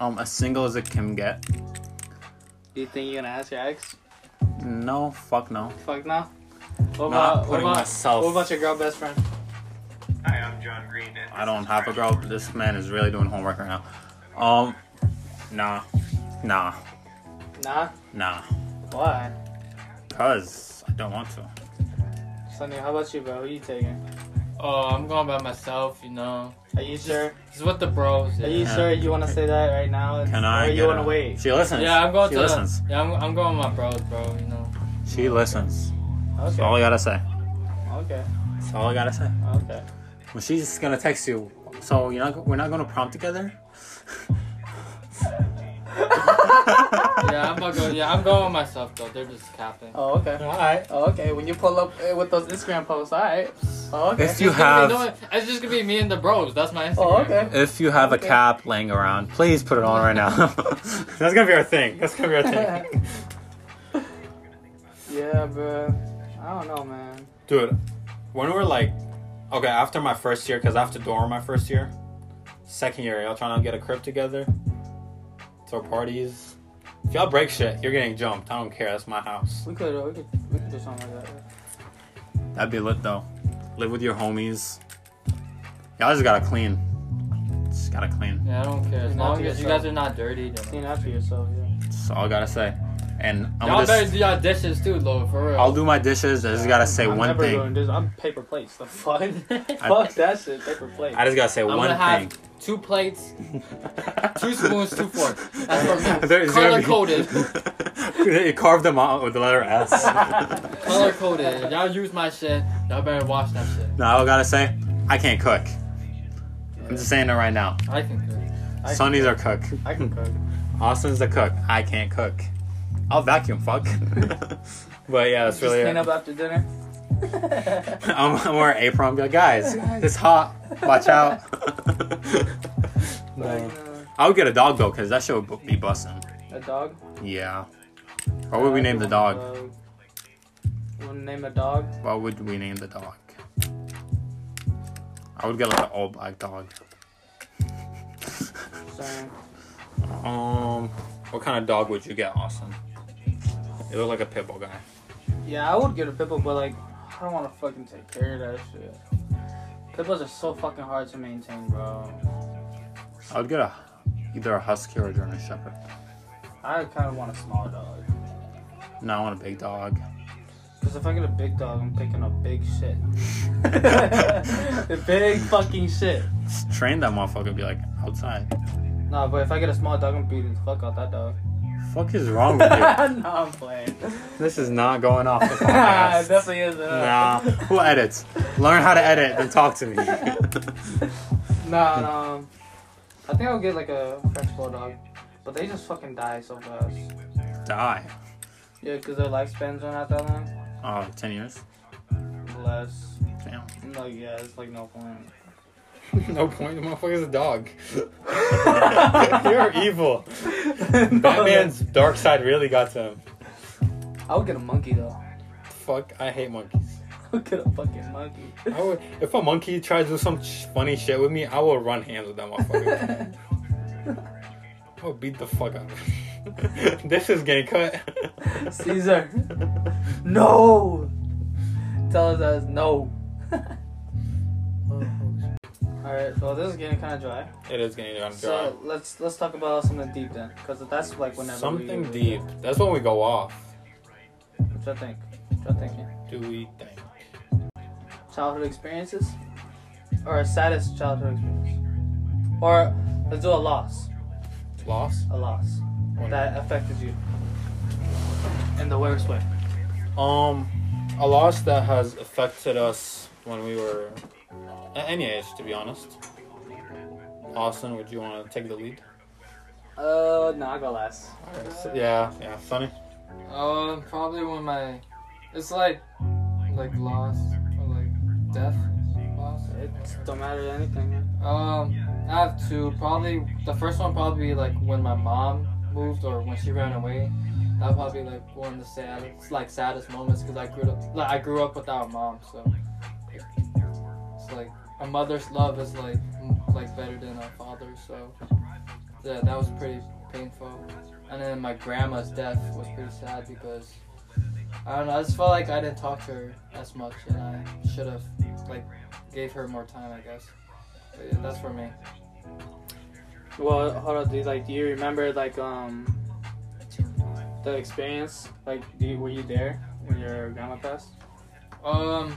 S1: um as single as it can get.
S3: Do you think you're gonna ask your ex?
S1: No, fuck no.
S3: Fuck no. What
S1: No, I'm
S3: about, what
S1: putting
S3: about,
S1: myself-
S3: What about your girl best friend?
S4: Hi, I'm John Green. And
S1: I don't have a girl. This man is really doing homework right now. Um, nah, nah,
S3: Nah.
S1: nah.
S3: Why?
S1: Cause I don't want to.
S3: Sonny, how about you, bro? Who you taking?
S2: Oh, I'm going by myself, you know.
S3: Are you sure?
S2: This is what the bros.
S3: Are you
S2: Yeah,
S1: Yeah.
S3: sure you want to say that right now?
S1: Can I?
S3: Or you
S1: get
S3: want
S1: a-
S3: to wait?
S1: She listens.
S2: yeah I'm going
S1: she
S2: to.
S1: listens.
S2: Yeah, I'm, I'm going with my bros, bro. You know.
S1: She listens. That's all
S3: Okay.
S1: I gotta say.
S3: Okay.
S1: That's all I gotta say.
S3: Okay.
S1: Well, she's gonna text you. So you're not. We're not going to prom together.
S2: Yeah, I'm about to go. Yeah, I'm going with myself though. They're just capping.
S3: Oh, okay. All right. Oh, okay. When you pull up eh, with those Instagram posts, all right. Oh, okay.
S1: If you
S2: It's gonna be
S1: have,
S2: no- it's just gonna be me and the bros. That's my Instagram.
S3: Oh, okay.
S1: if you have a
S3: Okay.
S1: cap laying around, please put it on right now. That's gonna be our thing. That's gonna be our thing.
S3: Yeah, bro. I don't know, man.
S4: Dude, when we were like, okay, after my first year, because I have to dorm my first year, second year, y'all trying to get a crib together, throw parties. If y'all break shit, you're getting jumped. I don't care. That's my house.
S3: We could, we could, we could do something like that.
S1: That'd be lit though. Live with your homies. Y'all just gotta clean. Just gotta clean.
S2: Yeah, I don't care. As
S3: Not
S2: long
S3: to
S2: as you
S3: yourself.
S2: guys are not dirty, then.
S3: Clean after yourself. Yeah.
S1: That's all I gotta say. And I'm
S2: Y'all
S1: gonna
S2: better
S1: just,
S2: do y'all dishes too, though, for real.
S1: I'll do my dishes. I just gotta say
S3: I'm
S1: one
S3: never
S1: thing.
S3: doing this. I'm paper plates. The fuck.
S1: I-
S3: fuck that shit. Paper plates.
S1: I just gotta say
S2: I'm
S1: one
S2: gonna have
S1: thing.
S2: two plates, two spoons, two forks. That's for me.
S1: There's gonna be-
S2: Color-coded.
S1: you carve them out with the letter S.
S2: Color coded. Y'all use my shit. Y'all better wash that shit.
S1: no, I gotta say, I can't cook. I'm just saying it right now.
S2: I can cook.
S3: I-
S1: Sonny's our cook.
S3: I can cook.
S1: Austin's the cook. I can't cook. I'll vacuum, fuck. but yeah, that's
S3: Just
S1: really it.
S3: clean up after dinner.
S1: I'm, I'm wearing an apron. Be like, guys, it's hot. Watch out.
S3: Like,
S1: No. I would get a dog though, cause that shit would bu- be busting.
S3: uh, a dog.
S1: Yeah. What would we name the dog?
S3: Want to name a dog?
S1: What would we name the dog? I would get like an all black dog.
S3: Sorry.
S4: Um, what kind of dog would you get, Austin? You look like a pit bull guy.
S3: Yeah, I would get a pitbull, but like, I don't want to fucking take care of that shit. Pitbulls are so fucking hard to maintain, bro.
S1: I would get a either a husky or a German Shepherd.
S3: I kind of want a small dog.
S1: No, I want a big dog.
S3: Because if I get a big dog, I'm picking up big shit. the big fucking shit.
S1: Just Train that motherfucker. Be like outside.
S3: Nah, but if I get a small dog, I'm beating the fuck out that dog.
S1: Fuck is wrong with you?
S3: nah, I'm playing.
S1: this is not going off the
S3: it
S1: podcast.
S3: definitely is.
S1: nah. Who edits? Learn how to edit and talk to me.
S3: Nah, nah. I think I'll get like a French bulldog, but they just fucking die so fast.
S1: Die.
S3: Yeah, because their lifespans are not that long.
S1: Oh, 10 years.
S3: Less.
S1: Damn.
S3: Like yeah, it's like no point.
S4: no point. The motherfucker's a dog. You're evil. Batman's dark side really got to him.
S3: I would get a monkey though.
S4: Fuck, I hate monkeys.
S3: I would get a fucking monkey.
S4: I would, if a monkey tried to do some sh- funny shit with me, I will run hands with that motherfucker. I will beat the fuck out of him. this is getting cut.
S3: Caesar. No. Tell us that it's no. All right. Well, this is getting kind of dry.
S4: It is getting dry.
S3: So let's let's talk about something deep then, because that's like whenever
S4: Something
S3: we,
S4: deep. That's when we go off.
S3: What you think? What you thinking?
S4: Do we think?
S3: Childhood experiences, or saddest childhood experience, or let's do a loss,
S4: Loss?
S3: a loss that affected you in the worst way.
S4: Um, a loss that has affected us when we were at any age, to be honest. Austin, would you want to take the lead?
S3: Uh, no, I go last.
S4: Yeah, yeah, funny.
S2: Um, probably when my, it's like, like loss or like death, loss.
S3: It don't matter to anything. Man.
S2: Um, I have two. Probably the first one probably be like when my mom moved or when she ran away. That probably like one of the saddest, like saddest moments because I grew up, like I grew up without a mom. So it's like a mother's love is like m- like better than a father's. So yeah, that was pretty painful. And then my grandma's death was pretty sad because I don't know. I just felt like I didn't talk to her as much, and I should have like gave her more time, I guess. But yeah, that's for me.
S3: Well, hold up. Do you, like, do you remember like um the experience? Like, do you, were you there when your grandma passed?
S2: Um,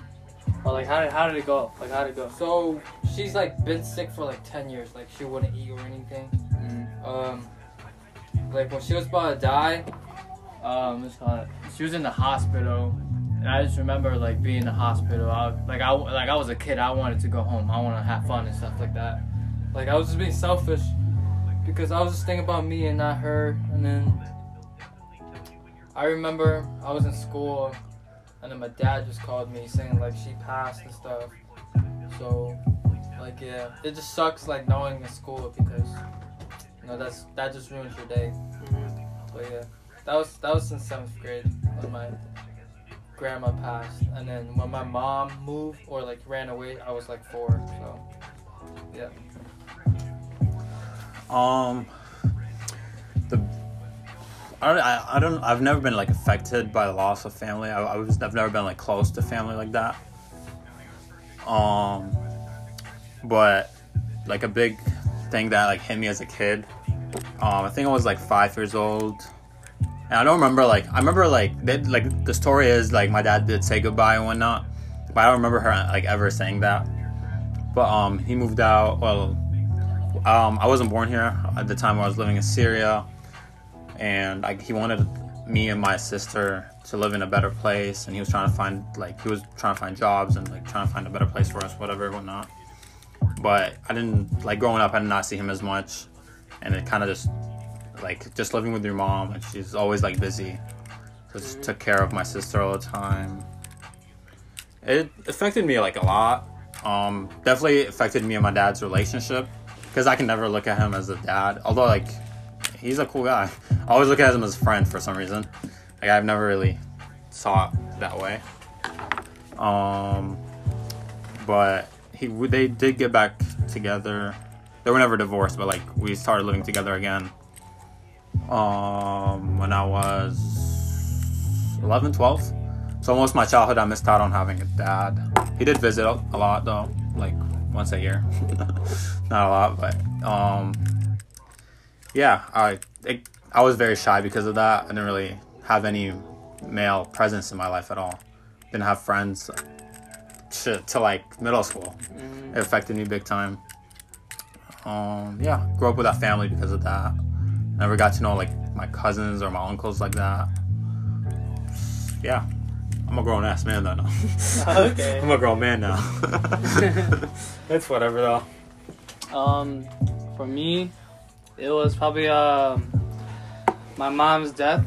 S3: Or like, how did how did it go? Like, how did it go?
S2: so she's like been sick for like ten years. Like she wouldn't eat or anything.
S3: Mm.
S2: um, like when she was about to die, um, what's it called? she was in the hospital. And I just remember like being in the hospital. I, like I like I was a kid. I wanted to go home. I want to have fun and stuff like that. Like I was just being selfish because I was just thinking about me and not her. And then I remember I was in school, and then my dad just called me saying like she passed and stuff. So like yeah, it just sucks like knowing in school because no, that's that just ruins your day. But yeah, that was that was in seventh grade when my grandma passed, and then when my mom moved or like ran away, I was like four. So yeah,
S1: Um, the I don't, I, I don't I've never been like affected by the loss of family. I, I was I've never been like close to family like that. Um, but like a big thing that like hit me as a kid. Um, I think I was like five years old. And I don't remember like I remember like they, like the story is like my dad did say goodbye and whatnot, but I don't remember her like ever saying that. But um, he moved out. Well, um, I wasn't born here at the time. I was living in Syria, and like he wanted me and my sister to live in a better place, and he was trying to find like he was trying to find jobs and like trying to find a better place for us, whatever, whatnot. But I didn't like growing up. I did not see him as much, and it kind of just like just living with your mom, and she's always like busy. So just took care of my sister all the time. It affected me like a lot. Um, definitely affected me and my dad's relationship because I can never look at him as a dad. Although like he's a cool guy, I always look at him as a friend for some reason. Like I've never really saw it that way. Um, but he w- they did get back together. They were never divorced, but like we started living together again. Um, when I was 11, 12. So most of my childhood, I missed out on having a dad. He did visit a a lot though, like once a year. Not a lot, but um, yeah, I it, I was very shy because of that. I didn't really have any male presence in my life at all. Didn't have friends. Shit, till like middle school,
S3: Mm.
S1: it affected me big time. Um, yeah, grew up without family because of that. Never got to know like my cousins or my uncles like that. Yeah, I'm a grown ass man though now.
S3: Okay.
S1: I'm a grown man now.
S4: It's whatever though.
S3: Um, for me, it was probably um my mom's death.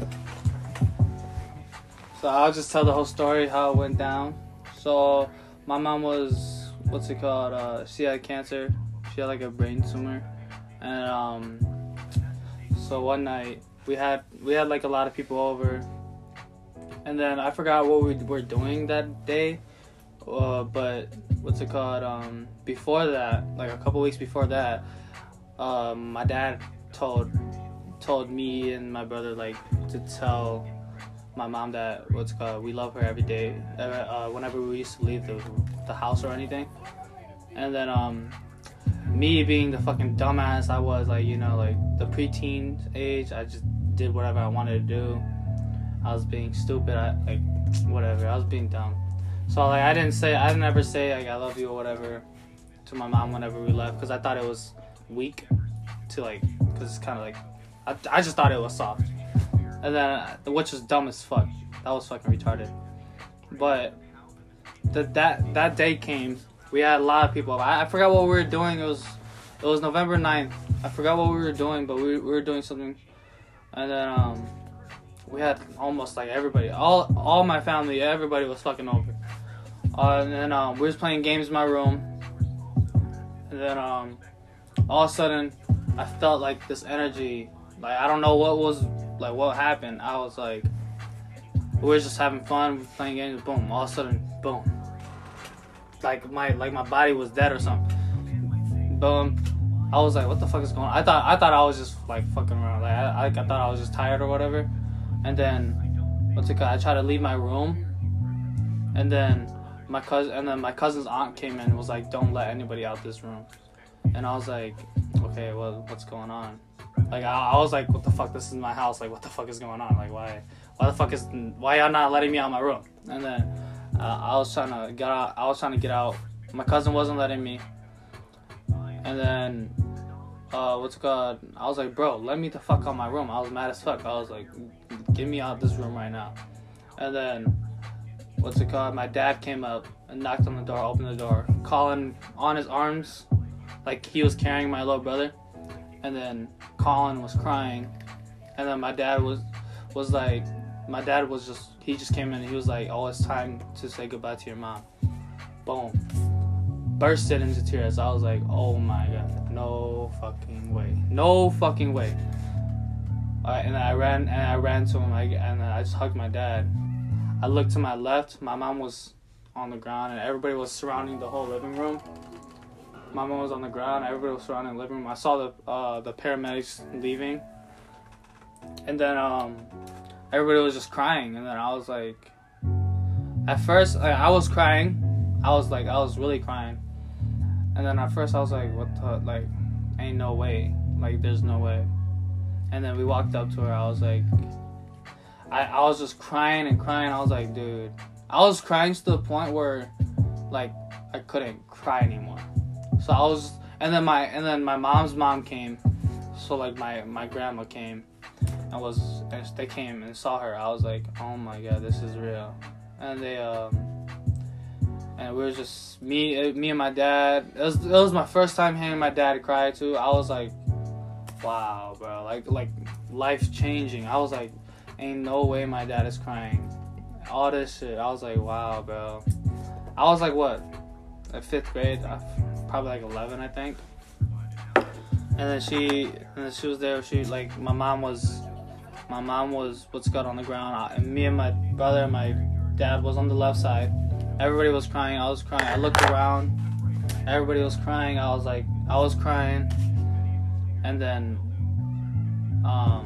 S3: So I'll just tell the whole story how it went down. So my mom was what's it called? Uh, she had cancer. She had like a brain tumor, and um, so one night we had we had like a lot of people over, and then I forgot what we were doing that day, uh, but what's it called? Um, before that, like a couple weeks before that, um, my dad told told me and my brother like to tell my mom that what's it called we love her every day. uh, Uh, whenever we used to leave the the house or anything, and then um, me being the fucking dumbass I was, like you know, like the preteen age, I just did whatever I wanted to do. I was being stupid. I like whatever. I was being dumb. So like I didn't say I didn't ever say like I love you or whatever to my mom whenever we left because I thought it was weak to like because it's kind of like I, I just thought it was soft and then uh, which was dumb as fuck that was fucking retarded but that that that day came we had a lot of people I, I forgot what we were doing it was it was November 9th I forgot what we were doing but we, we were doing something and then um we had almost like everybody all all my family everybody was fucking over uh, and then um, we was playing games in my room and then um, all of a sudden, I felt like this energy. Like I don't know what was like what happened. I was like, we were just having fun, we were playing games. Boom! All of a sudden, boom! Like my like my body was dead or something. Boom! um, I was like, what the fuck is going on? I thought I thought I was just like fucking around. Like I, I, I thought I was just tired or whatever. And then what's it called? I tried to leave my room and then my cousin and then my cousin's aunt came in and was like, Don't let anybody out this room and I was like, Okay, well what's going on? Like I, I was like, What the fuck, this is my house, like what the fuck is going on? Like why why the fuck is why y'all not letting me out my room? And then uh, I was trying to get out I was trying to get out. My cousin wasn't letting me. And then uh, what's it called? I was like, bro, let me the fuck out my room. I was mad as fuck. I was like, get me out this room right now. And then, what's it called? My dad came up and knocked on the door, opened the door, Colin on his arms, like he was carrying my little brother. And then Colin was crying, and then my dad was was like, my dad was just he just came in and he was like, oh, it's time to say goodbye to your mom. Boom bursted into tears. I was like, oh my god, no fucking way, no fucking way. Uh, and I ran and I ran to him like, and I just hugged my dad. I looked to my left. My mom was on the ground, and everybody was surrounding the whole living room. My mom was on the ground. Everybody was surrounding the living room. I saw the uh, the paramedics leaving, and then um, everybody was just crying. And then I was like, at first like, I was crying. I was like, I was really crying. And then at first I was like, what the, like, ain't no way. Like, there's no way. And then we walked up to her. I was like, I, I was just crying and crying. I was like, dude, I was crying to the point where, like, I couldn't cry anymore. So I was, and then my, and then my mom's mom came. So like my, my grandma came and was, and they came and saw her. I was like, oh my God, this is real. And they, um, and we were just me, uh, me and my dad. It was, it was my first time hearing my dad cry too. I was like, wow, bro, like like life changing. I was like, ain't no way my dad is crying. All this shit. I was like, wow, bro. I was like, what, like fifth grade, I, probably like eleven, I think. And then she, and then she was there. She like my mom was, my mom was what's got on the ground. I, and me and my brother and my dad was on the left side. Everybody was crying. I was crying. I looked around. Everybody was crying. I was like, I was crying. And then, um,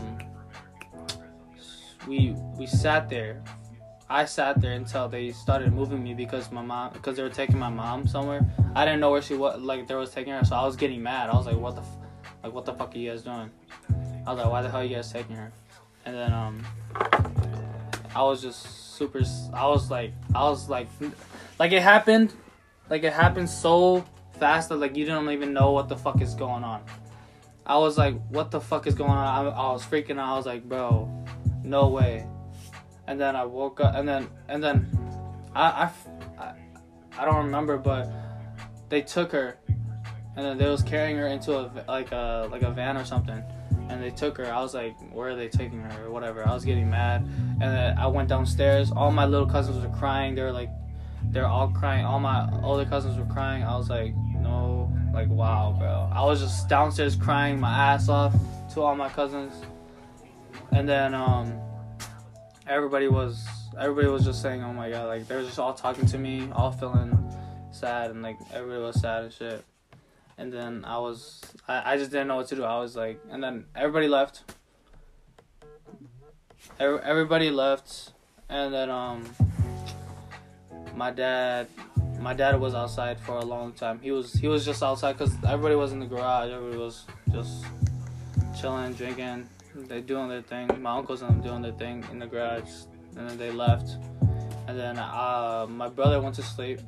S3: we we sat there. I sat there until they started moving me because my mom, because they were taking my mom somewhere. I didn't know where she was. Like they was taking her, so I was getting mad. I was like, what the, f-? like what the fuck are you guys doing? I was like, why the hell are you guys taking her? And then, um, I was just super. I was like, I was like, like it happened, like it happened so fast that like you don't even know what the fuck is going on. I was like, what the fuck is going on? I, I was freaking out. I was like, bro, no way. And then I woke up, and then and then, I I, I, I don't remember, but they took her, and then they was carrying her into a v- like a like a van or something and they took her. I was like, where are they taking her or whatever. I was getting mad, and then I went downstairs. All my little cousins were crying. They were like, they're all crying. All my older cousins were crying. I was like, no, like wow, bro. I was just downstairs crying my ass off to all my cousins, and then um, everybody was everybody was just saying, oh my god, like they were just all talking to me, all feeling sad, and like everybody was sad and shit and then I was I, I just didn't know what to do. I was like, and then everybody left. Every, everybody left, and then um, my dad, my dad was outside for a long time. He was he was just outside because everybody was in the garage. Everybody was just chilling, drinking. They doing their thing. My uncles and them doing their thing in the garage, and then they left. And then uh, my brother went to sleep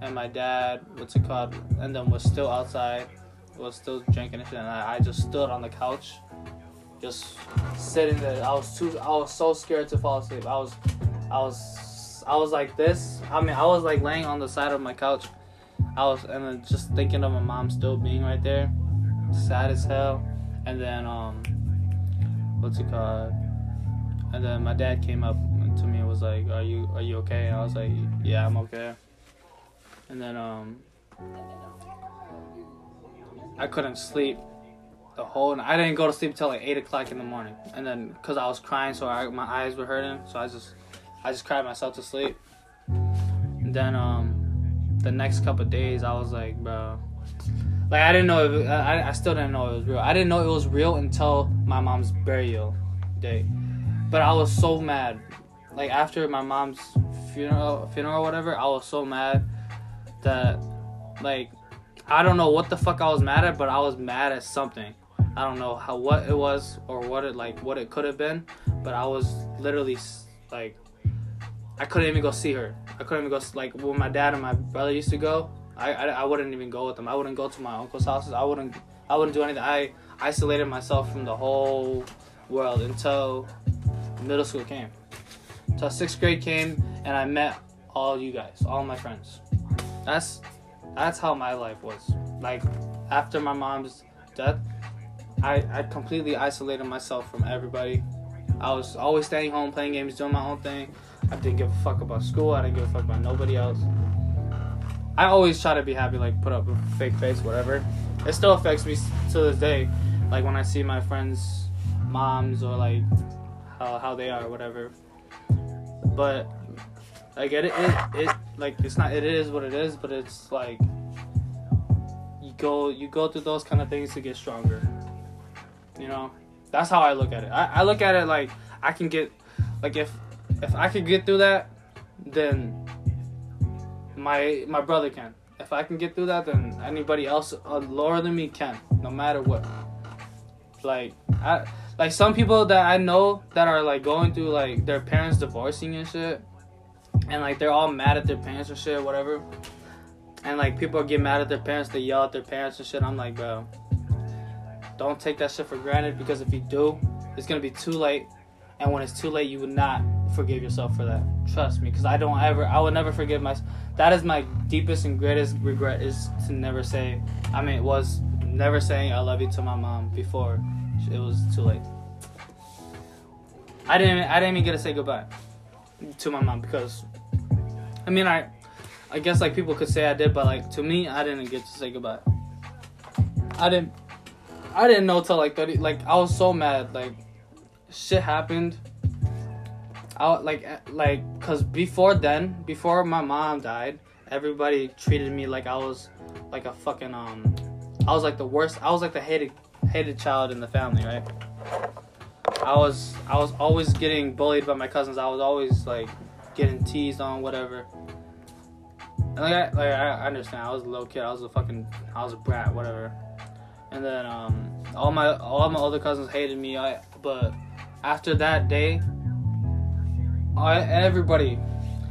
S3: and my dad, what's it called, and then was still outside, was still drinking and shit, and I, I just stood on the couch, just sitting there. I was too, I was so scared to fall asleep. I was, I was, I was like this. I mean, I was like laying on the side of my couch. I was, and then just thinking of my mom still being right there, sad as hell. And then, um, what's it called? And then my dad came up to me and was like, "Are you, are you okay?" And I was like, "Yeah, I'm okay." and then um I couldn't sleep the whole night. I didn't go to sleep till like eight o'clock in the morning, and then because I was crying, so I, my eyes were hurting, so I just I just cried myself to sleep. And then um the next couple of days, I was like, bro, Like I didn't know. If, I I still didn't know it was real. I didn't know it was real until my mom's burial day. But I was so mad. Like after my mom's funeral, funeral or whatever, I was so mad that, like, I don't know what the fuck I was mad at, but I was mad at something. I don't know how what it was or what it like what it could have been, but I was literally s- like, I couldn't even go see her. I couldn't even go s- like when my dad and my brother used to go. I, I, I wouldn't even go with them. I wouldn't go to my uncle's houses. I wouldn't I wouldn't do anything. I isolated myself from the whole world until middle school came. Until sixth grade came and I met all you guys, all my friends. That's that's how my life was. Like after my mom's death, I, I completely isolated myself from everybody. I was always staying home, playing games, doing my own thing. I didn't give a fuck about school. I didn't give a fuck about nobody else. I always try to be happy, like put up a fake face, whatever. It still affects me s- to this day. Like when I see my friends' moms or like how, how they are, whatever. But like it, it, it, like it's not. It is what it is. But it's like you go, you go through those kind of things to get stronger. You know, that's how I look at it. I, I look at it like I can get, like if if I could get through that, then my my brother can. If I can get through that, then anybody else uh, lower than me can, no matter what. Like I like some people that I know that are like going through like their parents divorcing and shit, and like they're all mad at their parents and shit, whatever. And like people get mad at their parents, they yell at their parents and shit. I'm like, bro, don't take that shit for granted because if you do, it's gonna be too late. And when it's too late, you would not forgive yourself for that. Trust me, because I don't ever, I would never forgive my. That is my deepest and greatest regret is to never say. I mean, it was never saying I love you to my mom before it was too late. I didn't, I didn't even get to say goodbye to my mom because, I mean, I, I guess like people could say I did, but like to me, I didn't get to say goodbye. I didn't. I didn't know till like thirty. Like I was so mad. Like shit happened. I like eh, like cause before then, before my mom died, everybody treated me like I was like a fucking um. I was like the worst. I was like the hated hated child in the family, right? I was I was always getting bullied by my cousins. I was always like getting teased on whatever. And like I like I understand. I was a little kid. I was a fucking I was a brat, whatever and then um, all my all my older cousins hated me. I but after that day, I everybody,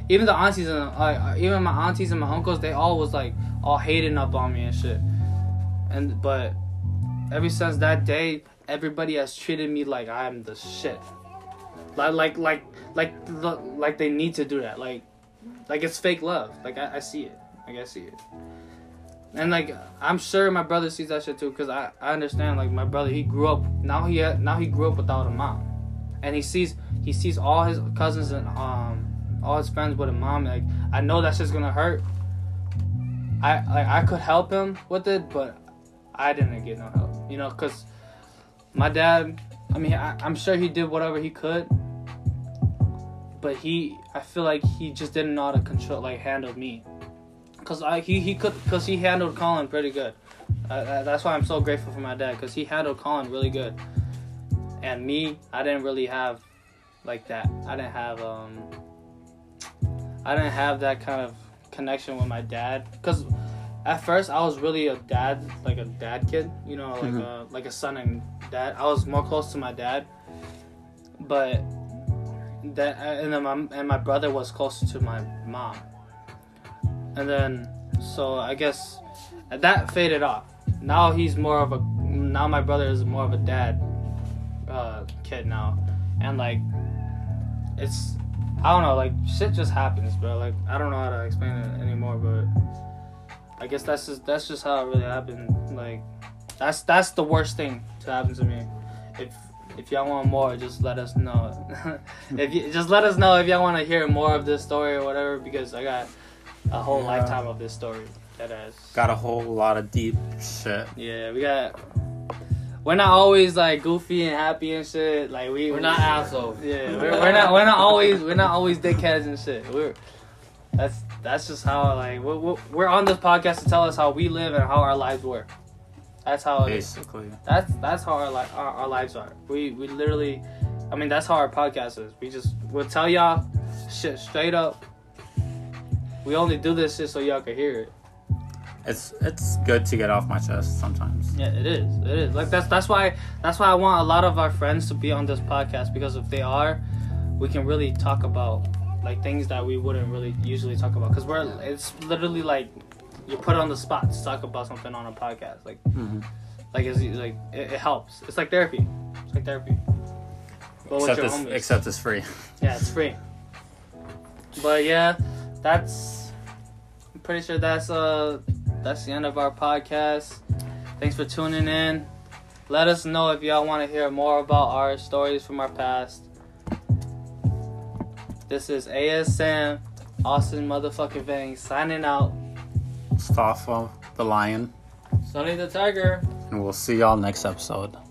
S3: even the aunties and I, even my aunties and my uncles, they all was like all hating up on me and shit. And but ever since that day, everybody has treated me like I'm the shit. Like like like like like they need to do that. Like like it's fake love. Like I, I see it. Like I see it. And like I'm sure my brother sees that shit too, cause I, I understand like my brother he grew up now he had, now he grew up without a mom, and he sees he sees all his cousins and um all his friends with a mom. Like I know that shit's gonna hurt. I like I could help him with it, but I didn't get no help, you know, cause my dad. I mean I, I'm sure he did whatever he could, but he I feel like he just didn't know how to control like handle me because I he he could because he handled Colin pretty good. Uh, Uh, that's why I'm so grateful for my dad because he handled Colin really good. And me, I didn't really have like that. I didn't have um. I didn't have that kind of connection with my dad because at first I was really a dad like a dad kid, you know, like a like a son and dad. I was more close to my dad, but that uh, and then my and my brother was closer to my mom and then so I guess that faded off. Now he's more of a now my brother is more of a dad uh, kid now, and like it's I don't know like shit just happens, bro. Like I don't know how to explain it anymore, but I guess that's just that's just how it really happened. Like that's that's the worst thing to happen to me. If if y'all want more, just let us know. if you just let us know if y'all want to hear more of this story or whatever, because I got a whole
S1: Yeah.
S3: lifetime of this story. That ass.
S1: Got a whole lot of deep shit.
S3: Yeah, we got. We're not always like goofy and happy and shit. Like we
S2: We're not assholes.
S3: Yeah, we're, we're not. We're not always. We're not always dickheads and shit. We're. That's that's just how like we're, we're- we're on this podcast to tell us how we live and how our lives work. That's how it is.
S1: basically.
S3: That's that's how our, li- our our lives are. We we literally, I mean, that's how our podcast is. We just we'll tell y'all shit straight up. We only do this shit so y'all can hear it.
S1: It's it's good to get off my chest sometimes.
S3: Yeah, it is. It is. Like that's that's why that's why I want a lot of our friends to be on this podcast because if they are, we can really talk about like things that we wouldn't really usually talk about because we're it's literally like you're put on the spot to talk about something on a podcast. Like
S1: Mhm.
S3: like it's like it, it helps. It's like therapy. It's like therapy. But with
S1: Except
S3: your
S1: it's
S3: homies.
S1: except it's free.
S3: yeah, it's free. But yeah, that's. I'm pretty sure that's uh that's the end of our podcast. Thanks for tuning in. Let us know if y'all want to hear more about our stories from our past. This is ASM Austin motherfucking Vang signing out.
S1: Stoffa the lion,
S2: Sonny the Tiger.
S1: and we'll see y'all next episode.